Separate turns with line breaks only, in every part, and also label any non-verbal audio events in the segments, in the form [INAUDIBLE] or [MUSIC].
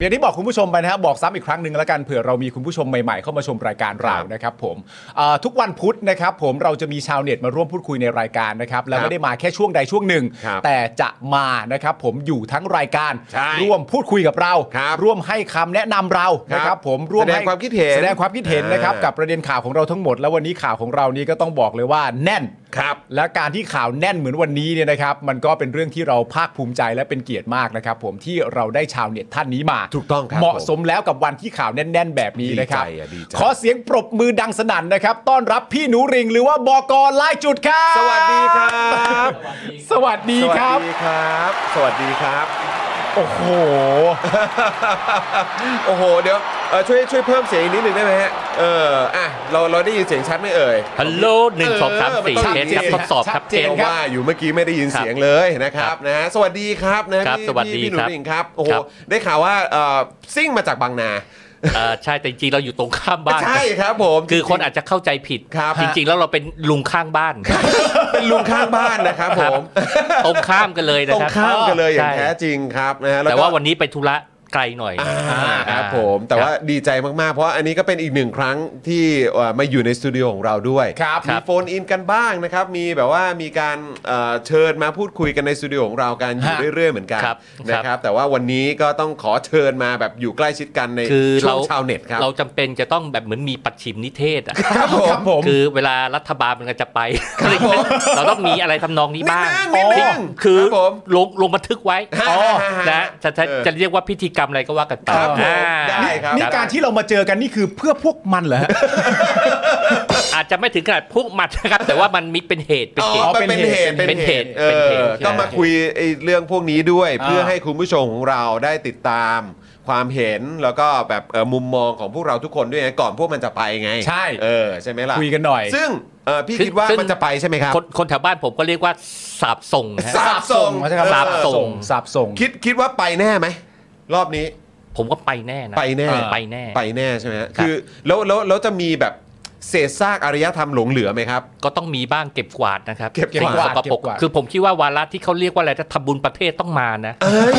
อย่างที่บอกคุณผู้ชมไปนะครับบอกซ้ำอีกครั้งหนึ่งแล้วกันเผื่อเรามีคุณผู้ชมใหม่ๆเข้ามาชมรายการเรานะครับผมเอ่อทุกวันพุธนะครับผมเราจะมีชาวเน็ตมาร่วมพูดคุยในรายการนะครับแล้วไม่ได้มาแค่ช่วงใดช่วงหนึ่ง
ครับ
แต่จะมานะครับผมอยู่ทั้งรายการ
ใช่
ร่วมพูดคุยกับเรา
ครับ
ร่วมให้คำแนะนำเรานะครับผมร่วม
แสด
ให้
งความคิดเห็น
แสดงความคิดเห็นนะครับ
อ่า
กับประเด็นข่าวของเราทั้งหมด แล้ววันนี้ข่าวของเรานี้ก็ต้องบอกเลยว่าแน่น
ครับ
และการที่ข่าวแน่นเหมือนวันนี้เนี่ยนะครับ มันก็เป็นเรื่องที่เราภาคภูมิใจและเป็นเกียรติมากนะครับ ผมที่เราได้ชาวเน็ตท่านนี้มา
ถูกต้องครับ
เหมาะสมแล้วกับวันที่ข่าวแน่น ๆ แบบนี้นะครับ
ดีใจอ่ะดีใจ
ขอเสียงปรบมือดังสนั่นนะครับ ต้อนรับพี่หนูริงหรือว่าบอกอลายจุดครับ
สวัสดีครับ
สวัสดีครับ
สวัสดีครับ สวัสดีครับ
โอ้โห
โอ้โห เดี๋ยวเอ่อช่วยช่วยเพิ่มเสียงอีกนิดหนึ่งได้ไหมฮะ เออ อ่ะ เราเราได้ยินเสียงชัดไหมเอ่ย
ฮัลโหลหนึ่งสองสามสี่
เออมันต้อง
เทสครับ
ชัดเจน
ทดสอบครั
ชัด
บ
เจ
เท
น
ส
ครับ
ว่าอยู่เมื่อกี้ไม่ได้ยินเสียงเลยนะครับนะฮะสวัสดีครับนะครับ พี่
สวัสดี
พี่พี่หนู
ครับ
หนิงครับ โอ้โห
ครับ
ได้ข่าวว่าเอ่อซิ่งมาจากบางนา
เอ่อใช่แต่จริงๆเราอยู่ตรงข้ามบ้าน
ใช่ครับผม
คือคนอาจจะเข้าใจผิด
ครับ
จริงๆ แล้วเราเป็นลุงข้างบ้าน
เป็นลุงข้างบ้านนะครับผม
ตรงข้ามกันเลยนะ
ตรง
ครับ
ข้ามกันเลยอย่าง
ใช่
แท้จริงครับนะฮะล้
แต่
ก็
ว่าวันนี้ไปธุระไกลหน่อย
อ่า
อ่า
ครับผมแต่ว่าดีใจมากๆ เพราะว่าอันนี้ก็เป็นอีกหนึ่งครั้งที่เอ่อมาอยู่ในสตูดิโอของเราด้วย
ครับ
มีโฟนอินกันบ้างนะครับ มีแบบว่ามีการเอ่อเชิญมาพูดคุยกันในสตูดิโอของเรากันอยู่
ฮะ
เรื่อยๆเหมือนกัน
ครับ
นะครับ แต่ว่าวันนี้ก็ต้องขอเชิญมาแบบอยู่ใกล้ชิดกันใน
คือ
ช่ว
เรา
งชาวเน็ตครับ
เราจำเป็นจะต้องแบบเหมือนมีปัดชิมนิเทศอ่ะ
ครับผม
ผม
คือเวลารัฐบาลมันก็จะไปอะไรอย่างเงี้ยเราต้องมีอะไรทำนองนี้บ้าง
นิดนึงนิดนึง
คือ
ครับผม
ลงลงบันทึกไว้
อ๋อ
นะจะจะ
เออ
จะเรียกว่าพิธีกรรมอะไรก็ว่ากันไป
ครับผม
อ่า
ได้ครับ
นี่การที่เรามาเจอกันนี่คือเพื่อพวกมันเหรอฮะ
อาจจะไม่ถึงขนาดพวกหมัดนะครับ แต่ว่ามันมีเป็นเหตุเป็นเหตุ
อ๋อเป็นเหตุ
เป็นเหตุ
เอ
เป็นเหตุ
อ
ใช่
ก็มาคุยไอ้เรื่องพวกนี้ด้วย
อ่า
เพื่อให้คุณผู้ชมของเราได้ติดตามความเห็นแล้วก็แบบเอ่อมุมมองของพวกเราทุกคนด้วยไงก่อนพวกมันจะไปไง
ใช่
เออใช่ไหมล่ะ
คุยกันหน่อย
ซึ่งเอ่อพี่คิดว่ามันจะไปใช่ไหมครับ
คนคนแถวบ้านผมก็เรียกว่าสาบส่งนะฮะ
สาบส่ง
ใช่ครับ
สาบส่ง
สาบส่ง
คิดคิดว่าไปแน่ไหมรอบนี้
ผมก็ไปแน่นะ
ไปแน่
เออไปแน่
ไปแน่ใช่ไหมฮะ
ครับ
คือแล้วแล้วแล้วจะมีแบบเศษซากอารยธรรมหลงเหลือไหมครับ
ก็ต้องมีบ้างเก็บกวาดนะครับ
เก็บ
สิ่ง
กวาด
สกปรก
เก็บกวาด
คือผมคิดว่าวาระที่เขาเรียกว่าอะไรจะทำบุญประเทศต้องมานะ
เอ้ย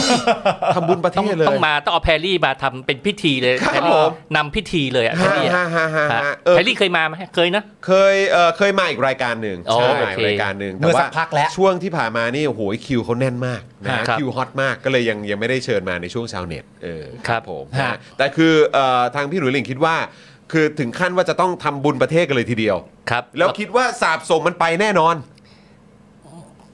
ทำบุญประเท
ต้อง
ศเลย
ต้องมาต้องเอาแพรรี่มาทำเป็นพิธีเลย
ครับ
แพรรี่
ผม
นำพิธีเลยอะแพร
ฮ่า
รี่อะ
ฮ่าฮ่าฮ่า
ฮะ
ฮ่าเออ
แพรรี่เคยมาไหมเคยนะ
เคยเออเคยมาอีกรายการหนึ่ง
อ๋อ
ใช่
โอเค
รายการหนึ่ง
เมื่อสักพักแล้ว
ช่วงที่ผ่านมานี่โอ้โหคิวเขาแน่นมากนะครับ คิวฮอตมากก็เลยยังยังไม่ได้เชิญมาในช่วงชาวเน็ตเออ
ครับ
ผม
ฮะ
นะแต่คือเอ่อทางพี่หลุยหลิงคิดว่า คือถึงขั้นว่าจะต้องทำบุญประเทศกันเลยทีเดียว
ครับ
แล้วคิดว่าสาบส่งมันไปแน่นอน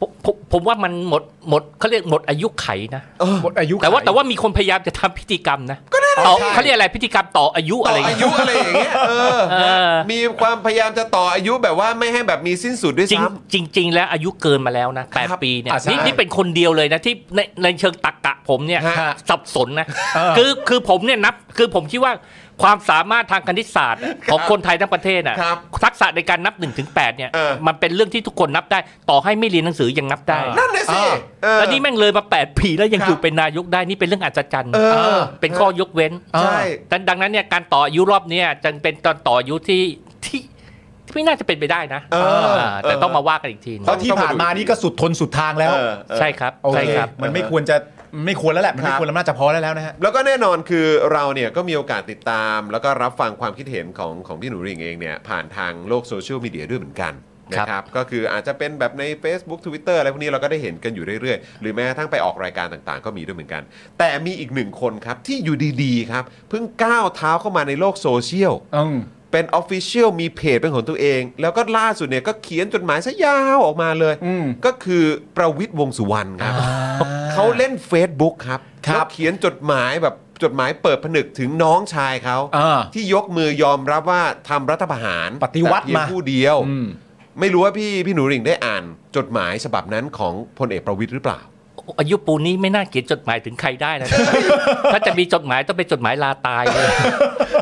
ผมผมผมว่ามันหมดหมดเขาเรียกหมดอายุไขนะ
หมดอายุ
แต่ว่า
ไข
แต่ว่ามีคนพยายามจะทำพิธีกรรมนะ
ก็นั่นแหละ
ต่อ
ใช่
เขาเรียกอะไรพิธีกรรมต่ออายุ
ต่
อะ
อ
ไรอย่า
อา
งเงี้ย
ยุอะไรอย่างเงี้ย
[LAUGHS]
เออ
เออ
มีความพยายามจะต่ออายุแบบว่าไม่ให้แบบมีสิ้นสุดด้วย
จริง
ซ้
จริง ๆ แล้วอายุเกินมาแล้วนะแปด
ครับ
ปีเนี่ย
อ่ะใช่
นี่นี่เป็นคนเดียวเลยนะที่ในในเชิงตรกกะผมเนี่ย
ฮะ
สับสนนะ
เออ
คือคือผมเนี่ยนับคือผมคิดว่าความสามารถทางคณิตศาสตร์อะของคนไทยทั้งประเทศอ่ะ
ครับ
ทักษะในการนับ1นถึงแเนี่ย
เออ
มันเป็นเรื่องที่ทุกคนนับได้ ต่อให้ไม่เรียนหนังสือยังนับได้
เออ
ำนั่นน่ะสิ
อ่า
เออ
แล้วนี่แม่งเลยมา 8 ปีแล้วยัง
ครับ
อยู่เป็นนายกได้นี่เป็นเรื่องอัศจรรย์
เออ
เออเป็นข้อยกเว้น
ใช่
ดังดังนั้นเนี่ยการต่ออายุรอบเนี่ยจึงเป็นตอนต่ออายุที่ที่ที่ไม่น่าจะเป็นไปได้นะ
เออ
เออแต่ต้องมาว่ากันอีกทีหนึง
เพราะที่ผ่านมานี่ก็สุดทนสุดทางแล้ว
เออเออ
ใช่ครับ
โอเค
ใช่ครับ
มันไม่ควรจะไม่ควรแล้วแหละ มัน
ค
ไม่
รับ
ควรแล้วน่าจะพอแล้วแล้วนะฮะ
แล้วก็แน่นอนคือเราเนี่ยก็มีโอกาสติดตาม แล้วก็รับฟังความคิดเห็นของของพี่หนูริ่งเองเนี่ยผ่านทางโลกโซเชียลมีเดียด้วยเหมือนกัน
ครับ
นะครับก็คืออาจจะเป็นแบบใน Facebook Twitter อะไรพวกนี้เราก็ได้เห็นกันอยู่เรื่อยๆ หรือแม้กระทั่งไปออกรายการต่างๆ ก็มีด้วยเหมือนกัน แต่มีอีกหนึ่งคนครับที่อยู่ดีๆครับเพิ่งก้าวเท้าเข้ามาในโลกโซเชียล
อืม
เป็น Official มีเพจเป็นของตัวเอง แล้วก็ล่าสุดเนี่ยก็เขียนจดหมายซะยาวออกมาเลย
อืม
ก็คือประวิทย์วงษ์สุวรรณครับ เขาเล่น Facebook ครับ
ครับ
แล้วเขียนจดหมายแบบจดหมายเปิดผนึกถึงน้องชายเขา
อ่า
ที่ยกมือยอมรับว่าทำรัฐประหาร
ปฏิวัติ
แเพียง
มา
ผู้เดียว
อืม
ไม่รู้ว่าพี่พี่หนูหริ่งได้อ่านจดหมายฉบับนั้นของพลเอกประวิทย์หรื
[LAUGHS]
อเปล่า
อายุปูนนี้ไม่น่าเขียนจดหมายถึงใครได้นะ
[LAUGHS]
ถ้าจะมีจดหมายต้องเป็นจดหมายลาตายเลย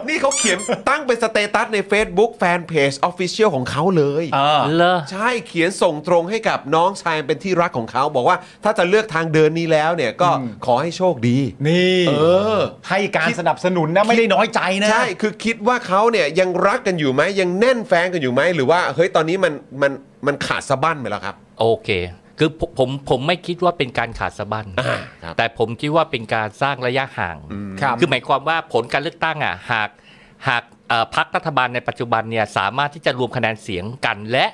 นี่เขาเขียนตั้งเป็นสเตตัสใน Facebook Fanpage Official ของเขาเลย
อ่า
เลอ
ใช่เขียนส่งตรงให้กับน้องชายเป็นที่รักของเขา บอกว่าถ้าจะเลือกทางเดินนี้แล้วเนี่ยก็
อืม
ขอให้โชคดี
นี่
เออ
ให้การสนับสนุนนะ ไม่ได้น้อยใจนะ
ใช่ คือคิดว่าเขาเนี่ยยังรักกันอยู่ไหมยังแน่นแฟนกันอยู่ไหมหรือว่าเฮ้ยตอนนี้มันมันมันขาดสะบั้นไปแล้วครับ
โอเค คือผมผมผมไม่คิดว่าเป็นการขาดสะบั้น
อ่าครับ
แต่ผมคิดว่าเป็นการสร้างระยะห่าง
อืม
ครับ
คือหมายความว่าผลการเลือกตั้งอ่ะหากหากเอ่อพรรครัฐบาลในปัจจุบันเนี่ยสามารถที่จะรวมคะแนนเสียงกัน และ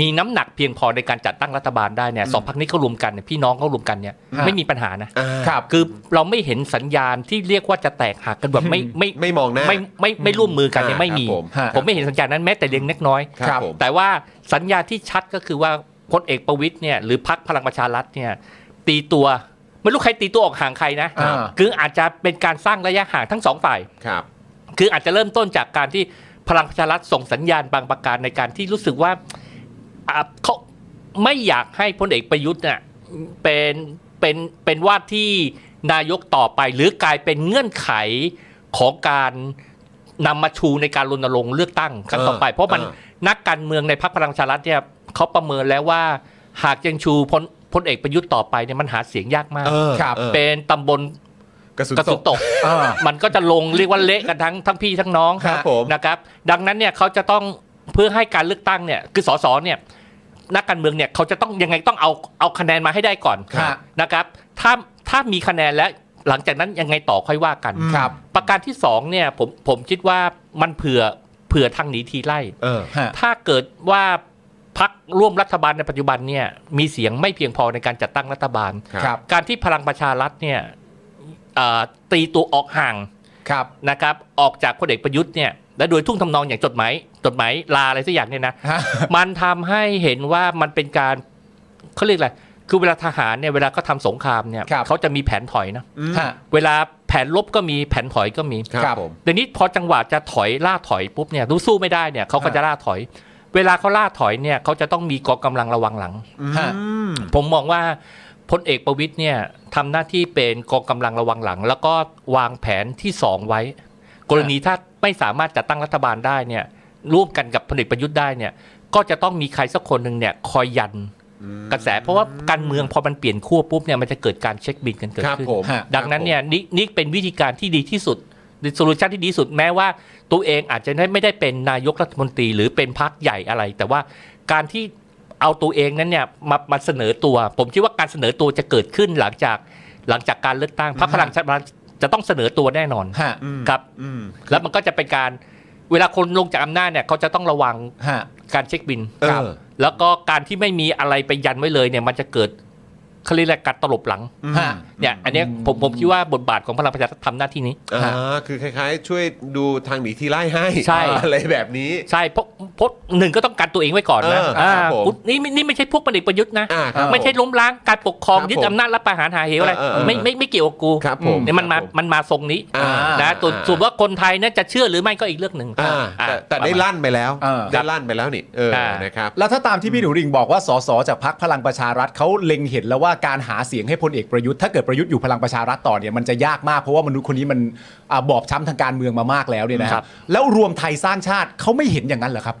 มีน้ำหนักเพียงพอในการจัดตั้งรัฐบาลได้เนี่ยสองพรรคนี้เขารวมกันเนี่ยพี่น้องเขารวมกันเนี่ย
ฮะ
ไม่มีปัญหานะ
ครับ
คือเราไม่เห็นสัญญาณที่เรียกว่าจะแตกหักกันแบบไม่ไม่
ไม่มองหน้า
ไม่ไม่ไม่ร่วมมือกันเนี่ย
อ่า
ไม่มี
ครับผมฮะ
ผมไม่เห็นสัญญาณนั้นแม้แต่เล็กน้อย
ครับผม
แต่ว่าสัญญาณที่ชัดก็คือว่าพลเอกประวิตยเนี่ยหรือพักพลังประชารัฐเนี่ยตีตัวไม่รู้ใครตีตัวออกห่างใครนะ
อ่า
คืออาจจะเป็นการสร้างระยะห่างทั้งสองฝ่าย
ครับ
คืออาจจะเริ่มต้นจากการที่พลังประชารัฐส่งสัญญาณบางประการในการที่รู้สึกว่าอ่ะเขาไม่อยากให้พลเอกประยุทธ์เนี่ยเป็นเป็นเป็นว่าที่นายกต่อไป หรือกลายเป็นเงื่อนไขของการนำมาชูในการรณรงค์เลือกตั้งครั้งต่อไป
เออ
เพราะมัน
เออ
นักการเมืองในพรรคพลังประชารัฐเนี่ยเขาประเมินแล้วว่าหากยังชูพลพลเอกประยุทธ์ต่อไปเนี่ยมันหาเสียงยากมาก
เออ
ครับ
ออ
เป็นตำบล
กระสุน
กระ
ต
สุน
ก
ตก
อ่า
มันก็จะลงเรียกว่าเละกันทั้งทั้งพี่ทั้งน้อง
ครับผม
นะครับ ดังนั้นเนี่ยเขาจะต้องเพื่อให้การเลือกตั้งเนี่ยคือสสเนี่ยนักการเมืองเนี่ยเขาจะต้องยังไงต้องเอาเอาคะแนนมาให้ได้ก่อน
ครับ
นะครับถ้าถ้ามีคะแนนแล้วหลังจากนั้นยังไงต่อค่อยว่ากัน
ครับ
ประการที่สองเนี่ยผมผมคิดว่ามันเผื่อเผื่อทางหนีทีไล่
เออ
ฮะ
ถ้าเกิดว่าพักร่วมรัฐบาลในปัจจุบันเนี่ยมีเสียงไม่เพียงพอในการจัดตั้งรัฐบาล
ครับ
การที่พลังประชารัฐเนี่ยเอ่อตีตัวออกห่าง
ครับ
นะครับออกจากพลเอกประยุทธ์เนี่ยและโดยทุ่งทำนองอย่างจดหมายจดหมายลาอะไรสักอย่าง
[LAUGHS]
เนี่ยนะ
ฮะ
มันทำให้เห็นว่ามันเป็นการเขาเรียกอะไรคือเวลาทหารเนี่ยเวลาเขาทำสงครามเนี่ย
ครับ
เขาจะมีแผนถอยนะ
ฮะ
เวลาแผนลบก็มีแผนถอยก็มี
ครับ
ครับ
ผม
เดี๋ยวนี้พอจังหวะจะถอยล่าถอยปุ๊บเนี่ยรู้สู้ไม่ได้เนี่ยเขาก็จะล่าถอย เวลาเขาล่าถอยเนี่ยเขาจะต้องมีกองกำลังระวังหลัง
ฮะ
อืม
ผมมองว่าพลเอกประวิตยเนี่ยทำหน้าที่เป็นกองกำลังระวังหลัง แล้วก็วางแผนที่สองไว้ กรณีถ้าไม่สามารถจัดตั้งรัฐบาลได้เนี่ยร่วมกันกับพลเอกประยุทธ์ได้เนี่ยก็จะต้องมีใครสักคนหนึ่งเนี่ยคอยยันกระแส เพราะว่าการเมืองพอมันเปลี่ยนขั้วปุ๊บเนี่ยมันจะเกิดการเช็คบินกันเกิด
ครับ
ขึ้น
ผม
ฮะ
ดังนั้นเนี่ยนี่นี่เป็นวิธีการที่ดีที่สุดโซลูชันที่ดีที่สุดแม้ว่าตัวเองอาจจะไม่ได้เป็นนายกรัฐมนตรีหรือเป็นพรรคใหญ่อะไร แต่ว่าการที่เอาตัวเองนั้นเนี่ยมามาเสนอตัว ผมคิดว่าการเสนอตัวจะเกิดขึ้นหลังจากหลังจากการเลือกตั้งพรรคพลังประชารัฐจะต้องเสนอตัวแน่นอน
ฮะ
ครับ
อืม
แล้วมันก็จะเป็นการเวลาคนลงจากอำนาจเนี่ยเขาจะต้องระวัง
ฮะ
การเช็คบิน
เออ
ครับแล้วก็การที่ไม่มีอะไรไปยันไว้เลยเนี่ยมันจะเกิดเขาเรียกอะไรการตลบหลัง
อืม
ฮะ
เนี่ยอันเนี้ยผมผมคิดว่าบทบาทของพลังประชารัฐทำหน้าที่นี้
อ่าคือคล้ายๆ ช่วยดูทางหนีที่ไล่ให้
ใช่
อะไรแบบนี้
ใช่เพราะเพราะหนึ่งก็ต้องการตัวเองไว้ก่อนนะ
เออ
อ่า
ครับผม
คุณนี่ไม่นี่ไม่ใช่พวกพลเอกประยุทธ์นะ
อ่าครับ
ไม่ใช่ล้มล้างการปกครอง
ครับ
ยึดอำนาจรับประหารหาเหวอะไร
เออเออเออ
ไม่ไม่ไม่เกี่ยวกับกู
ครับผม
เนี่ยมันมา
ครับผม
มันมาทรงนี้
อ่า
นะส่วน
อ่
ส่วนว่าคนไทยเนี่ยจะเชื่อหรือไม่ก็อีกเรื่องหนึ่ง
อ่า
อ่า
แต่แต่ได้ลั่นไปแล้ว
เออ
ได้ลั่นไปแล้วนี่เออ
อ่าน
นะครับ
แล้วถ้าตามที่พี่หนูริ่งบอกว่าสสจากพักพลังประชารัฐเขาเล็งเห็นแล้วว่าการหาเสียงให้พลเอกประยุทธ์ถ้าเกิดประยุทธ์อยู่พลังประชารัฐต่อเนี่ยมันจะยากมากเพราะว่ามนุษย์คนนี้มันอ่าบอบช้ำทางการเมืองมามากแล้วเนี่ยนะค
ครั
รับบ แล้วรวมไทยสร้างชาติเขาไม่เห็นอย่างนั้นเหรอครับ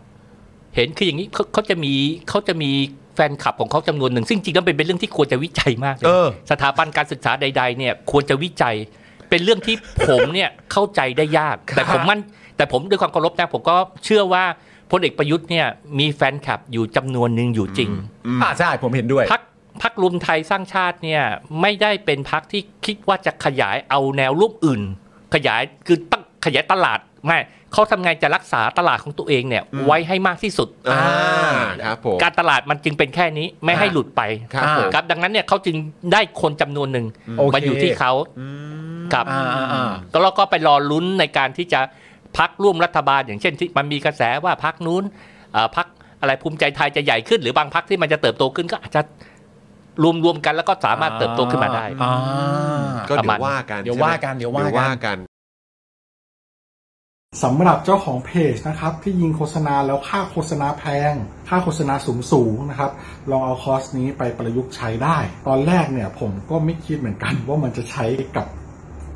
เห็นคืออย่างนี้เขาเขาจะมีเขาจะมีแฟนคลับของเขาจำนวนหนึ่ง ซึ่งจริงแล้วเป็นเป็นเรื่องที่ควรจะวิจัยมากเลย
เออ
สถาบันการศึกษาใด ๆ เนี่ยควรจะวิจัย เป็นเรื่องที่ ผมเนี่ย [LAUGHS] เข้าใจได้ยาก แต่ผมมั่นแต่ผมด้วยความเคารพนะผมก็เชื่อว่าพลเอกประยุทธ์เนี่ยมีแฟนคลับอยู่จำนวนหนึ่งอยู่จริง
อ่าใช่ผมเห็นด้วย
พักพักรวมไทยสร้างชาติเนี่ยไม่ได้เป็นพักที่คิดว่าจะขยายเอาแนวร่วมอื่น ขยายคือตั้งขยายตลาดไม่เขาทำไงจะรักษาตลาดของตัวเองเนี่ย
อืม
ไว้ให้มากที่สุด
อ่าครับผม
การตลาดมันจึงเป็นแค่นี้ไม่ให้หลุดไป
ครับผม
ครับดังนั้นเนี่ยเขาจึงได้คนจำนวนหนึ่ง
โอเค
มาอยู่ที่เขา
อืม
ครับ
อ่าอ่าอ่า
ก็แล้วก็ไปรอลุ้นในการที่จะพักร่วมรัฐบาล อย่างเช่นที่มันมีกระแสว่าพักนู้นเอ่อพักอะไรภูมิใจไทยจะใหญ่ขึ้น หรือบางพักที่มันจะเติบโตขึ้นก็อาจจะรวมรวมๆกันแล้วก็สามารถเติบโตขึ้นมาได้
อ่า
ก็
ประ
เดี๋
มา
ยว
ณ
ว่ากัน
เดี๋ยว
ใช่ไหม
ว่ากันเดี๋ยวว่ากัน
เดี๋ยวว่ากัน
สำหรับเจ้าของเพจนะครับที่ยิงโฆษณาแล้วค่าโฆษณาแพง ค่าโฆษณาสูงสูงๆนะครับ ลองเอาคอร์สนี้ไปประยุกต์ใช้ได้ ตอนแรกเนี่ยผมก็ไม่คิดเหมือนกัน ว่ามันจะใช้กับ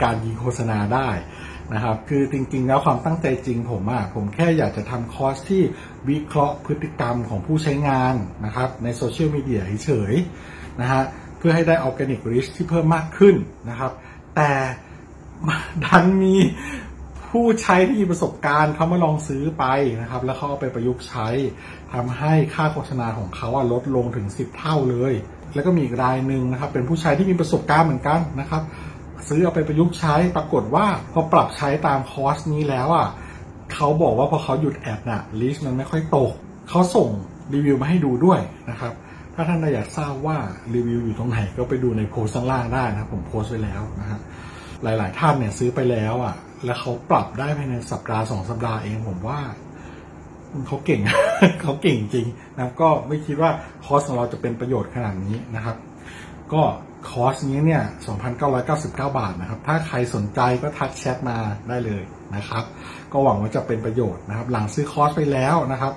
การยิงโฆษณาได้นะครับ คือจริงๆ แล้วความตั้งใจจริงผมอะผมแค่อยากจะทำคอร์สที่วิเคราะห์พฤติกรรมของผู้ใช้งานนะครับในโซเชียลมีเดียเฉยๆนะฮะเพื่อให้ได้ออร์แกนิกริชที่เพิ่มมากขึ้นนะครับ แต่ [LAUGHS] ดันมีผู้ใช้ที่มีประสบการณ์เขามาลองซื้อไปนะครับ แล้วเขาเอาไปประยุกต์ใช้ทำให้ค่าโฆษณาของเขาอะลดลงถึง 10 เท่าเลย แล้วก็มีอีกรายหนึ่งนะครับเป็นผู้ใช้ที่มีประสบการณ์เหมือนกันนะครับ ซื้อเอาไปประยุกต์ใช้ปรากฏว่าพอปรับใช้ตามคอร์สนี้แล้วอ่ะเขาบอกว่าพอเขาหยุดแอดน่ะลิสต์มันไม่ค่อยตกเขาส่งรีวิวมาให้ดูด้วยนะครับ ถ้าท่านอยากทราบว่ารีวิวอยู่ตรงไหนก็ไปดูในโพสต์ข้างล่างได้นะครับผมโพสต์ไว้แล้วนะฮะหลาย ๆ ท่านเนี่ยซื้อไปแล้วอ่ะ แล้วเขาปรับได้ภายในสัปดาห์สองสัปดาห์เองผมว่า เขาเก่ง [LAUGHS] เขาเก่งจริงนะครับก็ไม่คิดว่าคอร์สของเราจะเป็นประโยชน์ขนาดนี้นะครับ ก็คอร์สนี้เนี่ย 2,999 บาทนะครับ ถ้าใครสนใจก็ทักแชทมาได้เลยนะครับ ก็หวังว่าจะเป็นประโยชน์นะครับ หลังซื้อคอร์สไปแล้วนะครับ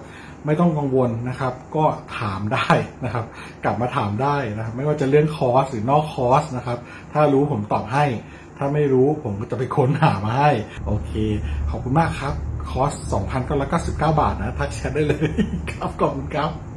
ไม่ต้องกังวลนะครับ ก็ถามได้นะครับ กลับมาถามได้นะครับ ไม่ว่าจะเรื่องคอร์สหรือนอกคอร์สนะครับ ถ้ารู้ผมตอบให้ ถ้าไม่รู้ผมก็จะไปค้นหามาให้ โอเค [LAUGHS] ขอบคุณมากครับ คอร์ส 2,999 บาทนะ ทักแชทได้เลย ครับ ขอบคุณครับ